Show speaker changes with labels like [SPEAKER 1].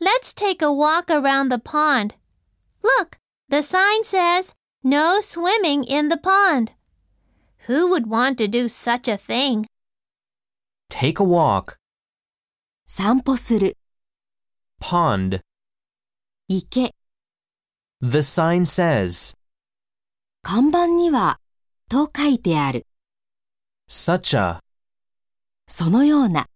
[SPEAKER 1] Let's take a walk around the pond. Look, the sign says, No swimming in the pond. Who would want to do such a thing?
[SPEAKER 2] Take a walk.
[SPEAKER 3] 散歩する、
[SPEAKER 2] Pond.
[SPEAKER 3] 池、
[SPEAKER 2] The sign says,
[SPEAKER 3] 看板には、と書いてある、
[SPEAKER 2] such a.
[SPEAKER 3] そのような。